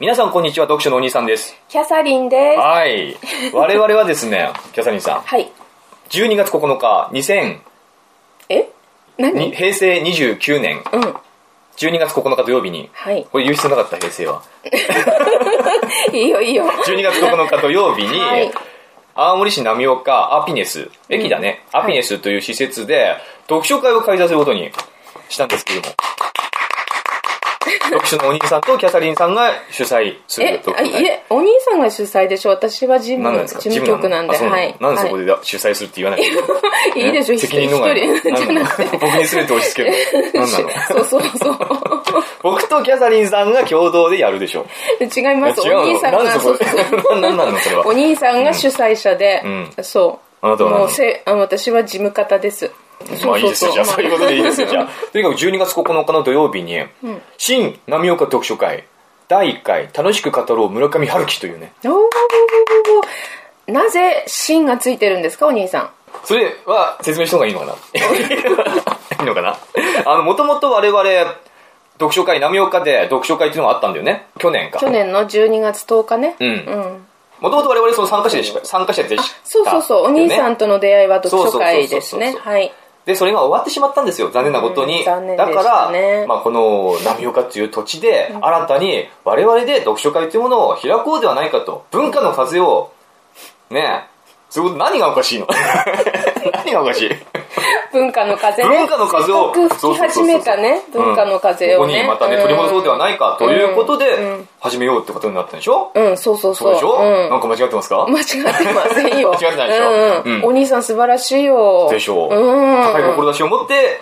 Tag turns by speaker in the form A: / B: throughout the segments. A: 皆さんこんにちは読書のお兄さんです
B: キャサリンです。は
A: はい我々はですね キャサリンさん
B: い。
A: 12月9日2000
B: え何
A: に平成29年
B: うん。
A: 12月9日土曜日に
B: はい。
A: これ言う必要なかった平成はい
B: いよいいよ。
A: 12月9日土曜日に、
B: はい
A: 青森市浪岡アピネス駅だね、アピネスという施設で読書会を開催することにしたんですけれど も読書のお兄さんとキャサリンさんが主催する
B: え、
A: 読
B: あ
A: 書
B: い
A: 会
B: え、お兄さんが主催でしょ私は事
A: 何
B: 務
A: なんですか
B: 事務局なんで。
A: 事務
B: はい。
A: なのなんでそこ
B: はい
A: で主催するって言わないの
B: いいでしょ一
A: 責
B: 人一
A: 任のが
B: 人。 じゃなくて。
A: 僕にすべて押し付ける何なの
B: そうそうそう。
A: 僕とキャサリンさんが共同でやるでしょ
B: 違います。お
A: 違うの
B: 兄さん
A: なんで
B: が、
A: そ
B: そう
A: こ
B: そうそう
A: 何 なのそれ
B: お
A: は
B: 兄さんが主催者で
A: ん、
B: そう。
A: あなたは何
B: もうせあの私は事務方です。
A: まあいいですよ、じゃあ、そういうことでいいですよ、じ ゃあ。とにかく12月9日の土曜日に、新浪岡読書会、第1回、楽しく語ろう村上春樹というね、
B: おーなぜ芯がついてるんですか、お兄さん。
A: それは説明した方がいいのか ないいのかなあの、もともと我々、読書会、浪岡で読書会っていうのがあったんだよね、去年か。
B: 去年の12月10日ね。
A: うん
B: うん。
A: もともと我々その参加者でしか、参加者でした、
B: そうそうそう、お兄さんとの出会いは読書
A: そ
B: 会
A: うそうそうそう
B: ですね。はい。
A: で、それが終わってしまったんですよ、残念なことに。
B: うん残念で
A: だ
B: し
A: から、
B: たね
A: まあ、この浪岡という土地で、新たに我々で読書会というものを開こうではないかと。文化の風を、ねえ、そういうこと何がおかしいの 何がおかしい
B: 文化の風ね。
A: 文化の風を
B: せっかく吹き始めたね、
A: そうそうそうそう
B: 文化の風を
A: うんこ
B: ね。
A: こにまたね、取り戻そうではないかということ
B: うんう
A: で
B: ん、
A: 始めようってことになったんでしょ
B: うん、そうそう
A: そう
B: そう。
A: でしょ
B: うん
A: なんか間違ってますか
B: 間違ってませんよ。
A: 間違ってないでしょ
B: うんうん
A: うん
B: お兄さん素晴らしいよ。
A: でしょう。
B: うん。
A: 高い志を持って、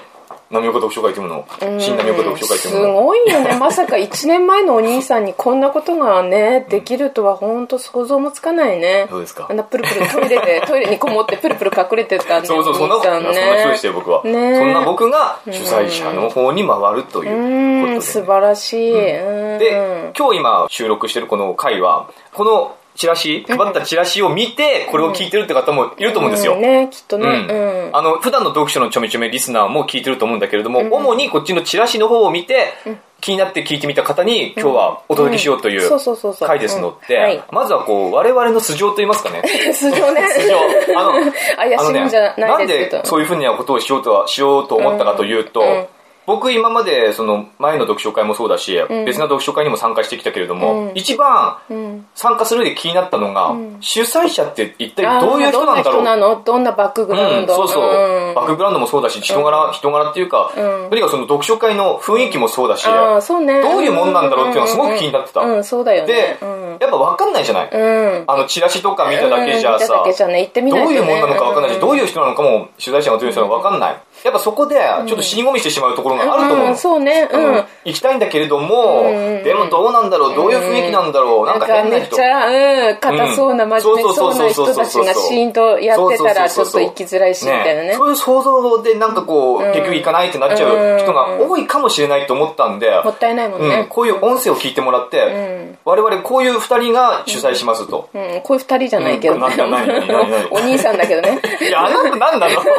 A: 浪岡読書会というものを、新浪岡読書会という
B: す
A: ものを。
B: ごいよね。まさか1年前のお兄さんにこんなことがね、できるとは本当想像もつかないね。
A: そうですか
B: あんなプルプルトイレ で、トイレにこもってプルプル隠れてたんで。
A: そうそう、そんな
B: お
A: こ
B: 兄
A: と、
B: さ
A: そ
B: ん
A: んな人でしたよ、僕は。そ
B: ね
A: んな僕が主催者の方に回るといううこ
B: ん、
A: と
B: 素
A: で。
B: 晴らしい。うん。
A: で、今日今収録してるこの回は、このチラシ、配ったチラシを見て、これを聞いてるって方もいると思うんですよ
B: ん。ね、きっと
A: う
B: ね。う
A: ん。
B: ん
A: あの、普段の読書のちょめちょめリスナーも聞いてると思うんだけれども、主にこっちのチラシの方を見て、気になって聞いてみた方に今日はお届けしようとい
B: ん
A: う
B: そうそうそうそう
A: 回ですの
B: うんはい
A: で、まずはこう、我々の素性といいますかね。
B: 素性ね。
A: 素性。あの、
B: 怪
A: あの
B: し
A: ね
B: いんじゃ
A: な
B: なんいですけ
A: で
B: ど。
A: そういうふうなことをしようとはしようと思ったかというと、
B: うん
A: 僕今までその前の読書会もそうだし、別な読書会にも参加してきたけれども、
B: うん
A: 一番
B: ん
A: 参加する上で気になったのが、主催者って一体
B: あー
A: どういう人なんだろ
B: どんな人な
A: う
B: のどんなバックグラウ
A: う
B: ン
A: ん、
B: ド、
A: そうそう、
B: ん
A: バックグラウンドもそうだし人柄、人柄っていうか、
B: うん
A: とにかくその読書会の雰囲気もそうだし、
B: あーそうね。
A: どういうもんなんだろうっていうのがすごく気になってた
B: うん、うんうんそうだよね。
A: で、
B: うん。
A: やっぱ分かんないじゃない、
B: うん。
A: あのチラシとか見ただけじゃさ、
B: うん見ただけじゃね、行ってみない
A: ど
B: と
A: う
B: ね
A: いうものなのか分かんないし、どう
B: い
A: いう人なのかも取材者がどういう人なのか分かんない。やっぱそこで、ちょっと死に込みしてしまうところがあると思う。
B: ん、そうね。
A: あ
B: う
A: の
B: ん。
A: 行きたいんだけれども、
B: うん
A: でもどうなんだろう、どういう雰囲気なんだろう、なんか変な
B: めっ
A: 人。
B: ちゃ、うん、硬そうな、
A: うん
B: 真面目そうな人たちがシーンとやってたら、ち
A: そ
B: ょ
A: う
B: っ
A: そうそうそ
B: と
A: う
B: 行きづらいし、みたいなね。
A: そういう想像でなんかこう、結局行かないってなっちゃう人が多いかもしれないと思ったんで、
B: もったいないもん
A: うん
B: ね。
A: こういう音声を聞いてもらって、我々こういう二人が主催しますと。
B: うん、こういう二人じゃないけどね
A: うんなななななな
B: お兄さんだけ どね。
A: いや、あなた何なの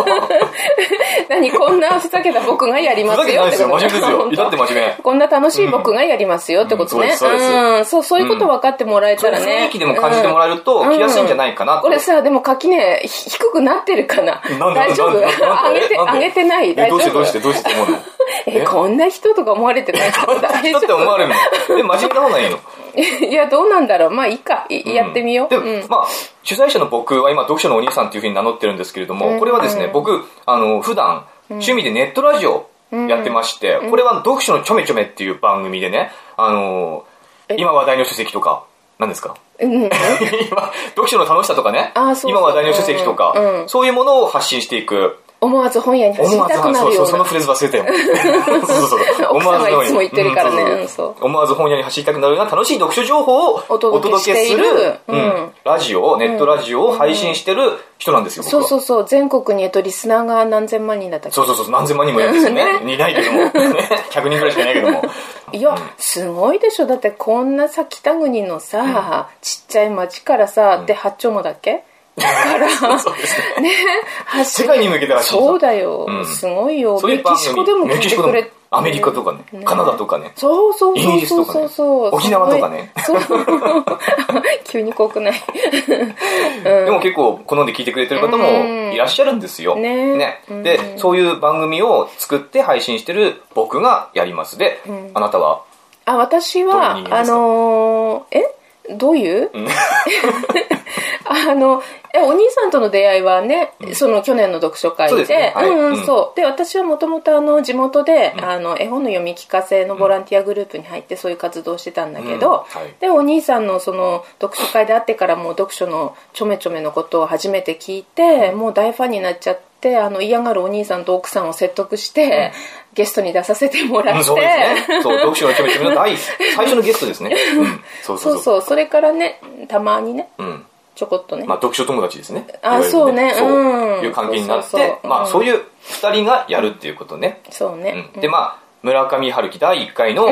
B: 何こんなふざけた僕がやり
A: ふ
B: ま
A: ざ
B: す
A: けて
B: よ
A: ないで
B: って
A: すよ、真面目
B: こと
A: ですよ。だって真面目。
B: こんな楽しい僕がやりますよってことね
A: うん。そうですそうです
B: うん、そう、そういうこと分かってもらえ
A: そ
B: た
A: うい
B: ら
A: う
B: ね。
A: 雰囲気でも感じてもらえると、
B: うん
A: 来やすいんじゃないかなと。
B: これさ、でも垣根ひ低くなってるかな
A: なんで
B: 大丈夫
A: なんでなんで
B: 上げて、
A: なんで
B: 上げてない
A: え
B: 大
A: ど
B: 丈
A: うして
B: 夫
A: どうしてどうしてって思うの
B: え、こんな人とか思われてない大
A: 人って思われるのえ、真面目な方がいいの
B: いや、どうなんだろう。まあ、いいか。いやってみよう。
A: で、
B: うん
A: まあ、主催者の僕は今、読書のお兄さんっていうふうに名乗ってるんですけれども、これはですね、僕、あの、普段、趣味でネットラジオやってまして、これは読書のちょめちょめっていう番組でね、あの、今話題の書籍とか、何ですか
B: うん
A: 今、読書の楽しさとかね
B: あそうそう、
A: 今話題の書籍と
B: うん
A: か
B: う、ん
A: そういうものを発信していく
B: 思わず本屋に走り
A: 思わず
B: たくな
A: そう
B: る
A: そ
B: よ
A: う
B: う
A: その
B: な。
A: フレーズ忘れたよそ うそうそう
B: 奥様いつも言ってるからね
A: うん
B: うんそう
A: 思わず本屋に走りたくなるような楽しい読書情報をお
B: お届
A: 届
B: け
A: け
B: して
A: す
B: い
A: る
B: るうん
A: うんラジオネットラジオを配信してる人なんですよ僕
B: そう
A: は
B: そうそう。全国に、えっと、リスナーが何千万人だったっけ
A: そうそうそう何千万人もいるんですよねいないけど も100人ぐらいしかいないけども
B: いや、すごいでしょ。だって、こんなさ、北国のさ、ちっちゃい町からさ、で、八丁もだっけ
A: そうですね
B: ね、走
A: 世界に向けて走る
B: そうだよ、
A: うん
B: すごいよ。
A: そうい
B: メ
A: う番
B: キ
A: 組
B: シコでも聞いてくれ
A: アメリカとかね、
B: ね
A: カナダとかね。
B: そうそう
A: イギ
B: そう
A: リス
B: そう
A: と
B: そ
A: か
B: う
A: ね
B: そう
A: 沖縄とかね
B: そう 急に怖くない
A: でも結構好んで聞いてくれてる方
B: うん
A: もいらっしゃるんですよ。
B: ね
A: で、
B: うん
A: そういう番組を作って配信してる僕がやります。で、あなたは、
B: あ私
A: どういう
B: は
A: 人間
B: あ
A: ですか
B: のーえどういう、
A: ん
B: あのえお兄さんとの出会いはね、その去年の読書会
A: そう
B: で
A: ですねはい
B: うんう
A: う
B: ん
A: ん
B: そうで私はもともとあの地元で、あの絵本の読み聞かせのボランティアグループに入ってそういう活動をしてたんだけど、
A: うんはい
B: でお兄さんのその読書会であってからもう読書のちょめちょめのことを初めて聞いて、もう大ファンになっちゃって。あの嫌がるお兄さんと奥さんを説得して、ゲストに出させてもら
A: う
B: って、
A: んそうですね。 そう、読書のちょめちょめの第一最初のゲストです ね。うん、そうそ
B: そうう
A: そう。
B: そうそれからねたまにね
A: うん
B: ちょこっとね、
A: まあ、読書友達ですね。
B: あ
A: いわゆる
B: そうね
A: そう
B: うん
A: いう関係になっ
B: そうそう
A: て
B: そ、う
A: まあ、
B: うん
A: そういう二人がやるっていうことね。
B: そうね、
A: うんで、まあ、村上春樹第1回のテ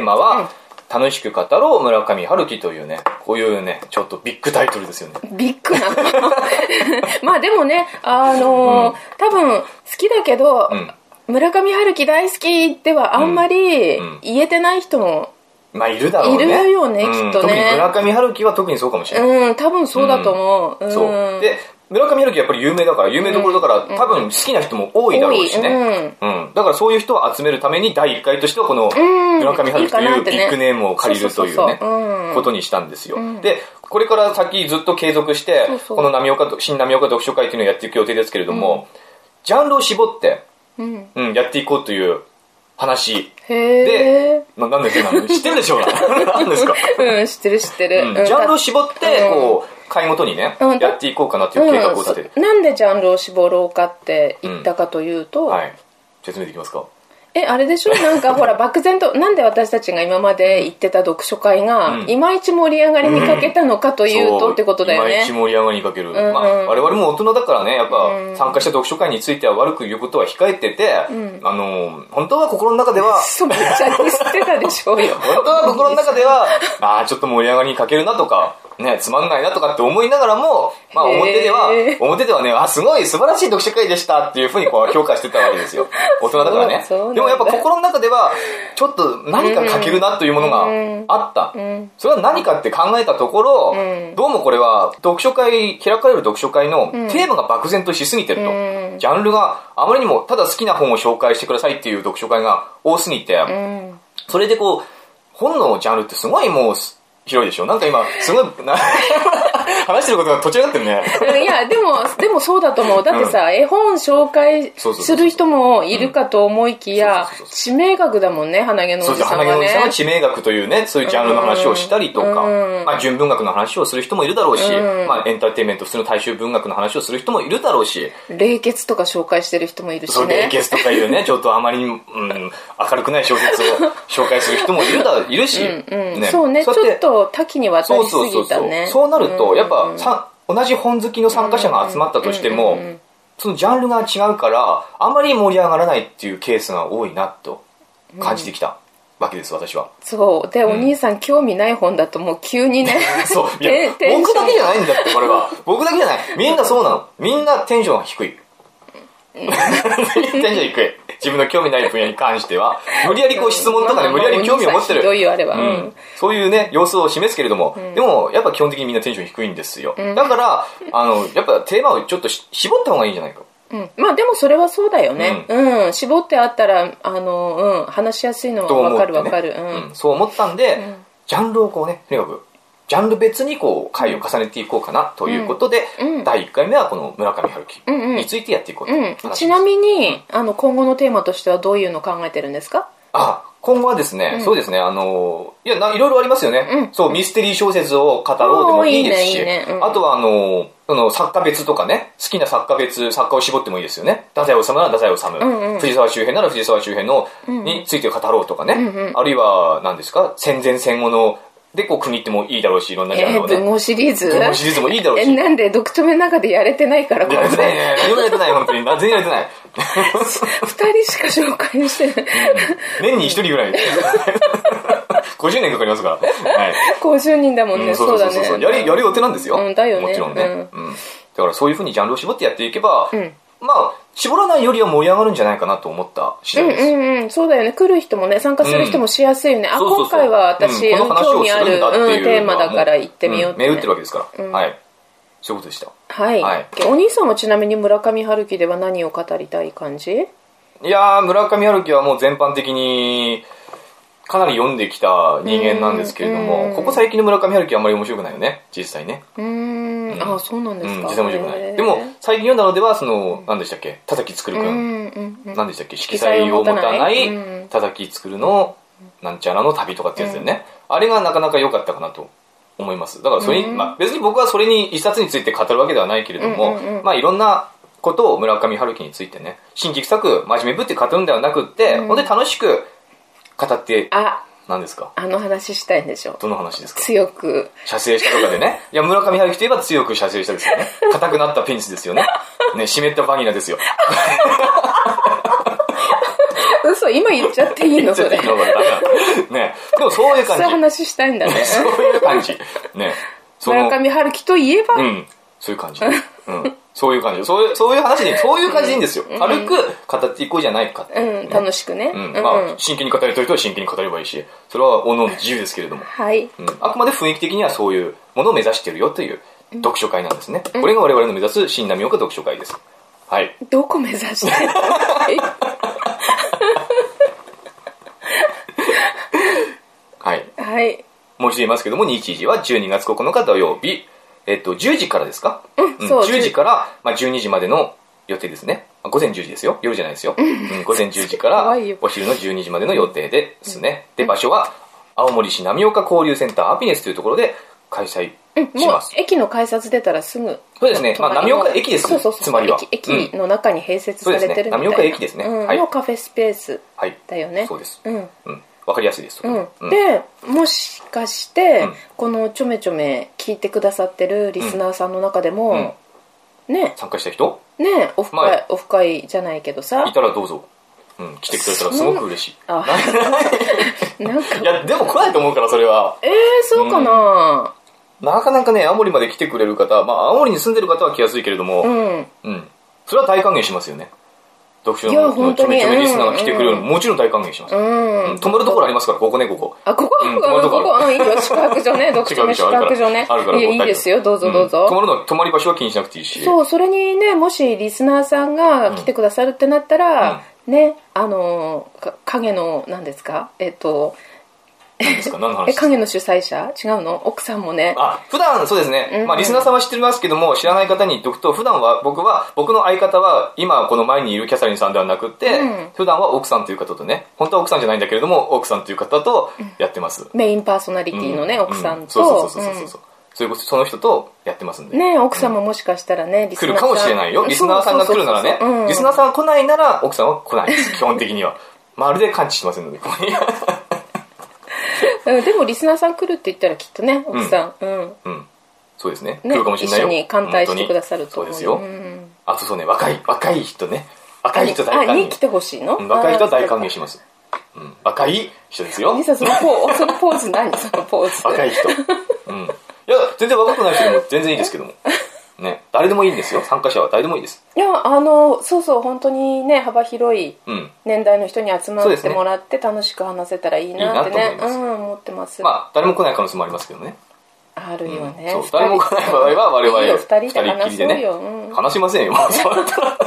A: ーマは、楽しく語ろう村上春樹というね、こういうね、ちょっとビッグタイトルですよね。
B: ビッグな まあでもねあのー多分好きだけど、
A: ん
B: 村上春樹大好きではあんまり
A: ん
B: 言えてない人も
A: まあ、いるだろうね。
B: いるよね
A: うん
B: きっと
A: 特
B: ね
A: に村上春樹は特にそうかもしれ
B: う
A: ない。
B: ん、多分そうだと思う、うん
A: そう。で、村上春樹やっぱり有名だから、有名どころだから、多分好きな人も多いだ
B: 多
A: ろ
B: い、
A: うしね。
B: うん
A: うん、だからそういう人を集めるために第1回としてはこの村上春樹と
B: いいか
A: い
B: な
A: う
B: って
A: ビ
B: ね
A: ッグネームを借りるという
B: そうそう
A: ね
B: そううん
A: ことにしたんですよ、でこれから先ずっと継続して
B: そうそう
A: この浪岡新浪岡読書会っていうのをやっていく予定ですけれども、ジャンルを絞って、
B: ん
A: うん、やっていこうという話
B: へえ
A: で、まあ、なんだっけなんだ知ってるでし ょうな何ですか
B: うん知ってる知ってる、
A: うん
B: うん
A: ジャンルを絞って、こう、回ごとにね
B: うん、
A: やっていこうかなという計画を立てる。
B: うんそなんでジャンルを絞ろうかって言ったかというと、
A: はい。説明できますか
B: えあれで しょなんかほら漠然となんで私たちが今まで行ってた読書会が、
A: うん
B: いまいち盛り上がりに欠けたのかというとってことだよ
A: いまいち
B: ね
A: 盛り上がりにかける。ま
B: ん
A: あ、我々も大人だからね、やっぱ、参加した読書会については悪く言うことは控えてて、あの、本当は心の中で は、
B: そうめっちゃに捨てたでしょうよ
A: 本当は心の中では、ああ、ちょっと盛り上がりにかけるなとか、ね、つまんないなとかって思いながらも、まあ
B: へー
A: 表では、表ではね、あ、すごい素晴らしい読書会でしたっていうふうにこう評価してたわけですよ。大人だからね。
B: そうそうなんだ
A: でもやっぱ心の中では、ちょっと何かかけるなというものがあった。それは何かって考えたところ、どうもこれは読書会、開かれる読書会のテーマが漠然としすぎてると。ジャンルがあまりにもただ好きな本を紹介してくださいっていう読書会が多すぎて、
B: うん
A: それでこう、本のジャンルってすごいもうす広いでしょなんか今、すごい、 な話してることがとちらかってるね。
B: いやでもでもそうだと思うだってさ、絵本紹介
A: そうそうそ
B: す
A: う
B: る人もいるかと思いきや
A: そうそうそうそう
B: 知名額だもんね鼻毛の
A: そ
B: お
A: う
B: じ
A: です
B: さん
A: 花毛
B: は
A: のおじさんは
B: ね
A: 地名学というね、そういうジャンルの話をしたりとか、
B: うん
A: まあ、純文学の話をする人もいるだろうし、
B: うん
A: まあ、エンターテインメント、普通の大衆文学の話をする人もいるだろうし、
B: 冷血とか紹介してる人もいるし
A: そう、
B: ね
A: 冷血とかいうね、ちょっとあまりにも、うん、明るくない小説を紹介する人もいるだ、いるし、
B: うんそうねちょ
A: やって
B: っと多岐にわた
A: そ
B: り
A: う
B: す
A: そうそう
B: ぎ
A: そ
B: た
A: う、
B: ね
A: そうなるとやっぱさ、同じ本好きの参加者が集まったとしても、そのジャンルが違うからあまり盛り上がらないっていうケースが多いなと感じてきたわけです、私は
B: そうで、お兄さん興味ない本だともう急にね
A: そうい
B: テ
A: や
B: ンテンション
A: 僕だけじゃないんだってこれは僕だけじゃないみんなそうなのみんなテンションが低い テンション低い自分の興味ない分野に関しては無理やりこう質問とかで無理やり興味を持ってる
B: まあまあお兄さんひどいよあれは、う
A: うんんそういうね、様子を示すけれども、でも、やっぱ基本的にみんなテンション低いんですよ。だから、あの、やっぱテーマをちょっとし絞った方がいいんじゃないか。
B: うんまあでもそれはそうだよね、うん絞ってあったらあの、うん、話しやすいのは
A: と思
B: わ
A: っ
B: か
A: て
B: る
A: ね
B: わかる、
A: うんそう思ったんで、ジャンルをこうね、とにかく、ジャンル別にこう、回を重ねていこうかなということで、第1回目はこの村上春樹
B: んうん
A: についてやっていこうと
B: うん
A: 話し
B: うん、
A: ます
B: ちなみにあの今後のテーマとしてはどういうの考えてるんですか
A: あ、今後はですね、そうですね、あの、いや、ないろいろありますよね。そう、ミステリー小説を語ろうでもいいですし、
B: おーいいねいいねうん
A: あとは、あの、その作家別とかね、好きな作家別、作家を絞ってもいいですよね。太宰治なら太宰治、
B: んうん
A: 藤沢周平なら藤沢周平の、について語ろうとかね、あるいは、何ですか、戦前戦後の、で、こう、区切ってもいいだろうし、いろんなジャン
B: え
A: ルを
B: ー、
A: ね。
B: 文豪シリーズ
A: 文豪シリーズもいいだろうし
B: えなんで読書目の中でやれてないからこ
A: や
B: れ
A: れてないね。何もやれてない、本当に。全然やれて ない。
B: 2人しか紹介してない
A: 年に一人ぐらい。50年かかりますから。はい。
B: 50人だもんね、
A: うん
B: そうだね
A: やりやる予定なんですよ、
B: うんだよね
A: もちろんね、うんだからそういうふうにジャンルを絞ってやっていけば、まあ、絞らないよりは盛り上がるんじゃないかなと思った次
B: う
A: 第
B: ん
A: です。
B: うんうん、そうだよね。来る人もね、参加する人もしやすいよね。あ、
A: そうそうそう
B: 今回は私、
A: うんこの話
B: 興
A: を
B: 味
A: す
B: あ
A: る
B: る、
A: んだって
B: うん、
A: い
B: テ
A: う
B: ー
A: の
B: マ
A: はもう
B: だから行ってみよう
A: ん銘打ってるわけですから。
B: うん
A: はい。そういうことでした。
B: はい、
A: はい
B: お兄さんはちなみに村上春樹では何を語りたい感じ
A: いやー、村上春樹はもう全般的に、かなり読んできた人間なんですけれど
B: うん
A: も、ここ最近の村上春樹はあんまり面白くないよね、実際ね。
B: うーん
A: うん
B: んあそうなん
A: う
B: で
A: ん、
B: す
A: 実
B: か、
A: 際面白くな
B: へー
A: い。でも、最近読んだのでは、その、何でしたっけ、田崎作く。
B: うんんうんうん
A: 何でしたっけ、色彩を持たな
B: 色彩を持たないうん
A: い、田崎作るの、なんちゃらの旅とかってやつでね。あれがなかなか良かったかなと。思いますだからそれに、
B: うん
A: まあ、別に僕はそれに一冊について語るわけではないけれども、
B: うんうんうん
A: まあ、いろんなことを村上春樹についてね新規臭く真面目ぶって語るんではなくって、
B: うん
A: 本当に楽しく語って
B: あ
A: 何ですか
B: あの話したいんでしょ
A: どの話ですか
B: 強く
A: 射精したとかで ね。いや、村上春樹といえば強く射精したですよね。硬くなったペンチですよね。ね、湿ったバニラですよ。
B: 嘘今言っちゃっていいのそれ
A: ちょっと今までダメだったね。でもそういう
B: そういう
A: 感
B: 話したいんだね
A: じ。そういう感じ。ね。 その
B: 村上春樹といえば、
A: うん。そういう感じ。うん。そういう感じ。そういう、そういう話で、そういう感じでいいんですよ。軽く語っていこうじゃないかって。
B: うん楽しくね、
A: うん。
B: うん
A: まあ、真剣に語りたい人は真剣に語ればいいし、それは各々自由ですけれども。
B: はい
A: うん、あくまで雰囲気的にはそういうものを目指してるよという読書会なんですね、これが我々の目指す新浪岡読書会ですはい
B: どこ目指し てるの
A: はい
B: はい
A: もう一度言いますけども日時は12月9日土曜日えっと10時からですか、
B: んそう
A: 10時から、まあ、12時までの予定ですねあ午前10時ですよ夜じゃないですよ、うん、午前10時 から
B: 怖いよ
A: お昼の12時までの予定ですね、で場所は青森市浪岡交流センターハピネスというところで開催し
B: もう
A: ます、
B: 駅の改札出たらすぐ
A: そうですね、まあ、浪岡駅です
B: そうそうそう
A: つまりは
B: 駅
A: うん
B: 駅の中に併設されてるみたいな、
A: そうですね浪岡駅ですね
B: うん
A: はい
B: のカフェスペース
A: はい
B: だよね
A: そうです
B: うん
A: うん、わかりやすいです、
B: うん
A: うん
B: でもしかして、
A: うん
B: このちょめちょめ聞いてくださってるリスナーさんの中でも、ね
A: 参加した人
B: ねオフ会、
A: まあ
B: オフ会じゃないけどさ
A: いたらどうぞ、うん、来てくれたらすごく嬉し
B: あなんか
A: いいやでも来ないと思うからそれは
B: えー、そうかな
A: なかなかね青森まで来てくれる方、まあ、青森に住んでる方は来やすいけれど
B: う
A: も、
B: ん、
A: うんそれは大歓迎しますよね読書
B: いや
A: の
B: 本
A: ち
B: 当
A: ょ
B: に
A: めちょめリスナーが来てくれるの
B: う
A: もちろん大歓迎します、
B: うん
A: うん泊まるところありますからここねここ
B: あここ、
A: うん
B: こ
A: 泊まるとこ
B: こうんいいよ宿泊 所ね読書の宿泊所ね
A: あるから
B: いやいいですよどうぞどうぞ、
A: ん泊まるの泊まり場所は気にしなくていいし
B: そうそれにねもしリスナーさんが来てくださるってなったら、ねあのか影の何ですかえっと
A: なんですか何の話
B: え
A: ですか
B: 影の主催者違うの奥さんもね
A: あ、普段そうですね。
B: うん
A: まあ、リスナーさんは知ってますけども、知らない方に言っておくと、普段は僕は、僕の相方は、今この前にいるキャサリンさんではなくって、
B: うん
A: 普段は奥さんという方とね、本当は奥さんじゃないんだけれども、奥さんという方とやってます。
B: メインパーソナリティのね、
A: う
B: 奥さん
A: うそう
B: と
A: そうそうそうそう。そういうこと、その人とやってますんで。
B: うんね奥さんももしかしたらね、リ
A: 来るかもしれないよ。リスナーさんが来るならね
B: そうそうそうそうう。ん
A: リスナーさんが来ないなら、奥さんは来ないです。基本的には。 まるで感知してませんので、こ こに
B: うんでもリスナーさん来るって言ったらきっとね奥さん、うん
A: うん。そうですね。
B: ね
A: 来るかもしれない
B: 一緒
A: よ。
B: に歓待してくださると
A: そう
B: 思う
A: ですよ
B: う。ん
A: あとそうね、若い、若い人ね。若い人大
B: あ
A: 歓
B: に
A: 迎
B: 来。てほしいの、
A: うん若い人は大歓迎します。うん、若い人ですよ
B: 兄。さんそのポーズそのポーズ何そのポーズ
A: 若い 人。うん。いや、全然若くない人でも全然いいですけども。ね、誰でもいいんですよ。参加者は誰でもいいです。
B: いやあのそうそう本当にね幅広い
A: うん。
B: 年代の人に集ま
A: そうで
B: っ
A: す
B: て
A: ね
B: もらって楽しく話せたらいいなって
A: いい
B: ね
A: なと思います
B: うん、思ってます、
A: まあ、誰も来ない可能性もありますけどね。
B: あるよね、
A: そう
B: 二人
A: 誰も来ない場合は我々
B: いいよ二
A: 二
B: 人
A: 人
B: で
A: っき
B: 話
A: り
B: そ
A: で
B: う
A: ね
B: よ、うん、
A: 話しませんよ、もうそうなったら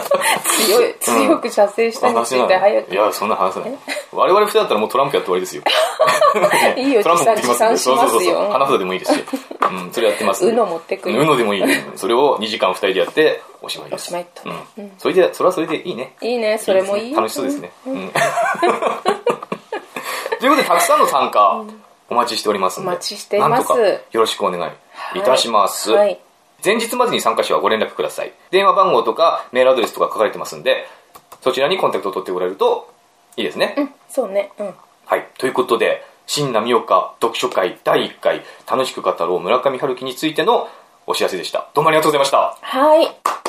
B: 強い強く射精したにつ
A: 話せ
B: い
A: な
B: て
A: い
B: 早。く
A: いや、そんな話せない。我々二人だったらもうトランプやって終わりですよ。
B: いいよ
A: トランプ持ってきますんで、
B: 持参
A: そう
B: しま
A: そう
B: すよ
A: そうそう。花札でもいいですし。うん、それやってますんで。
B: うの持ってく
A: うのでもいい。それを2時間2人でやって、おしまいです。
B: おしまいと
A: うん。それで、それはそれでいいね。
B: いいねそれもいい
A: ですね楽しそうですね。うん。 ということで、たくさんの参加、お待ちしておりますんで。
B: お待ちしています
A: なんとかよろしくお願いいたします。
B: はい
A: 前日までに参加者はご連絡ください。電話番号とかメールアドレスとか書かれてますんで、そちらにコンタクトを取っておられるといいですね。
B: うんそうねうん
A: はい。ということで、新浪岡読書会第1回、楽しく語ろう村上春樹についてのお知らせでした。どうもありがとうございました。
B: はい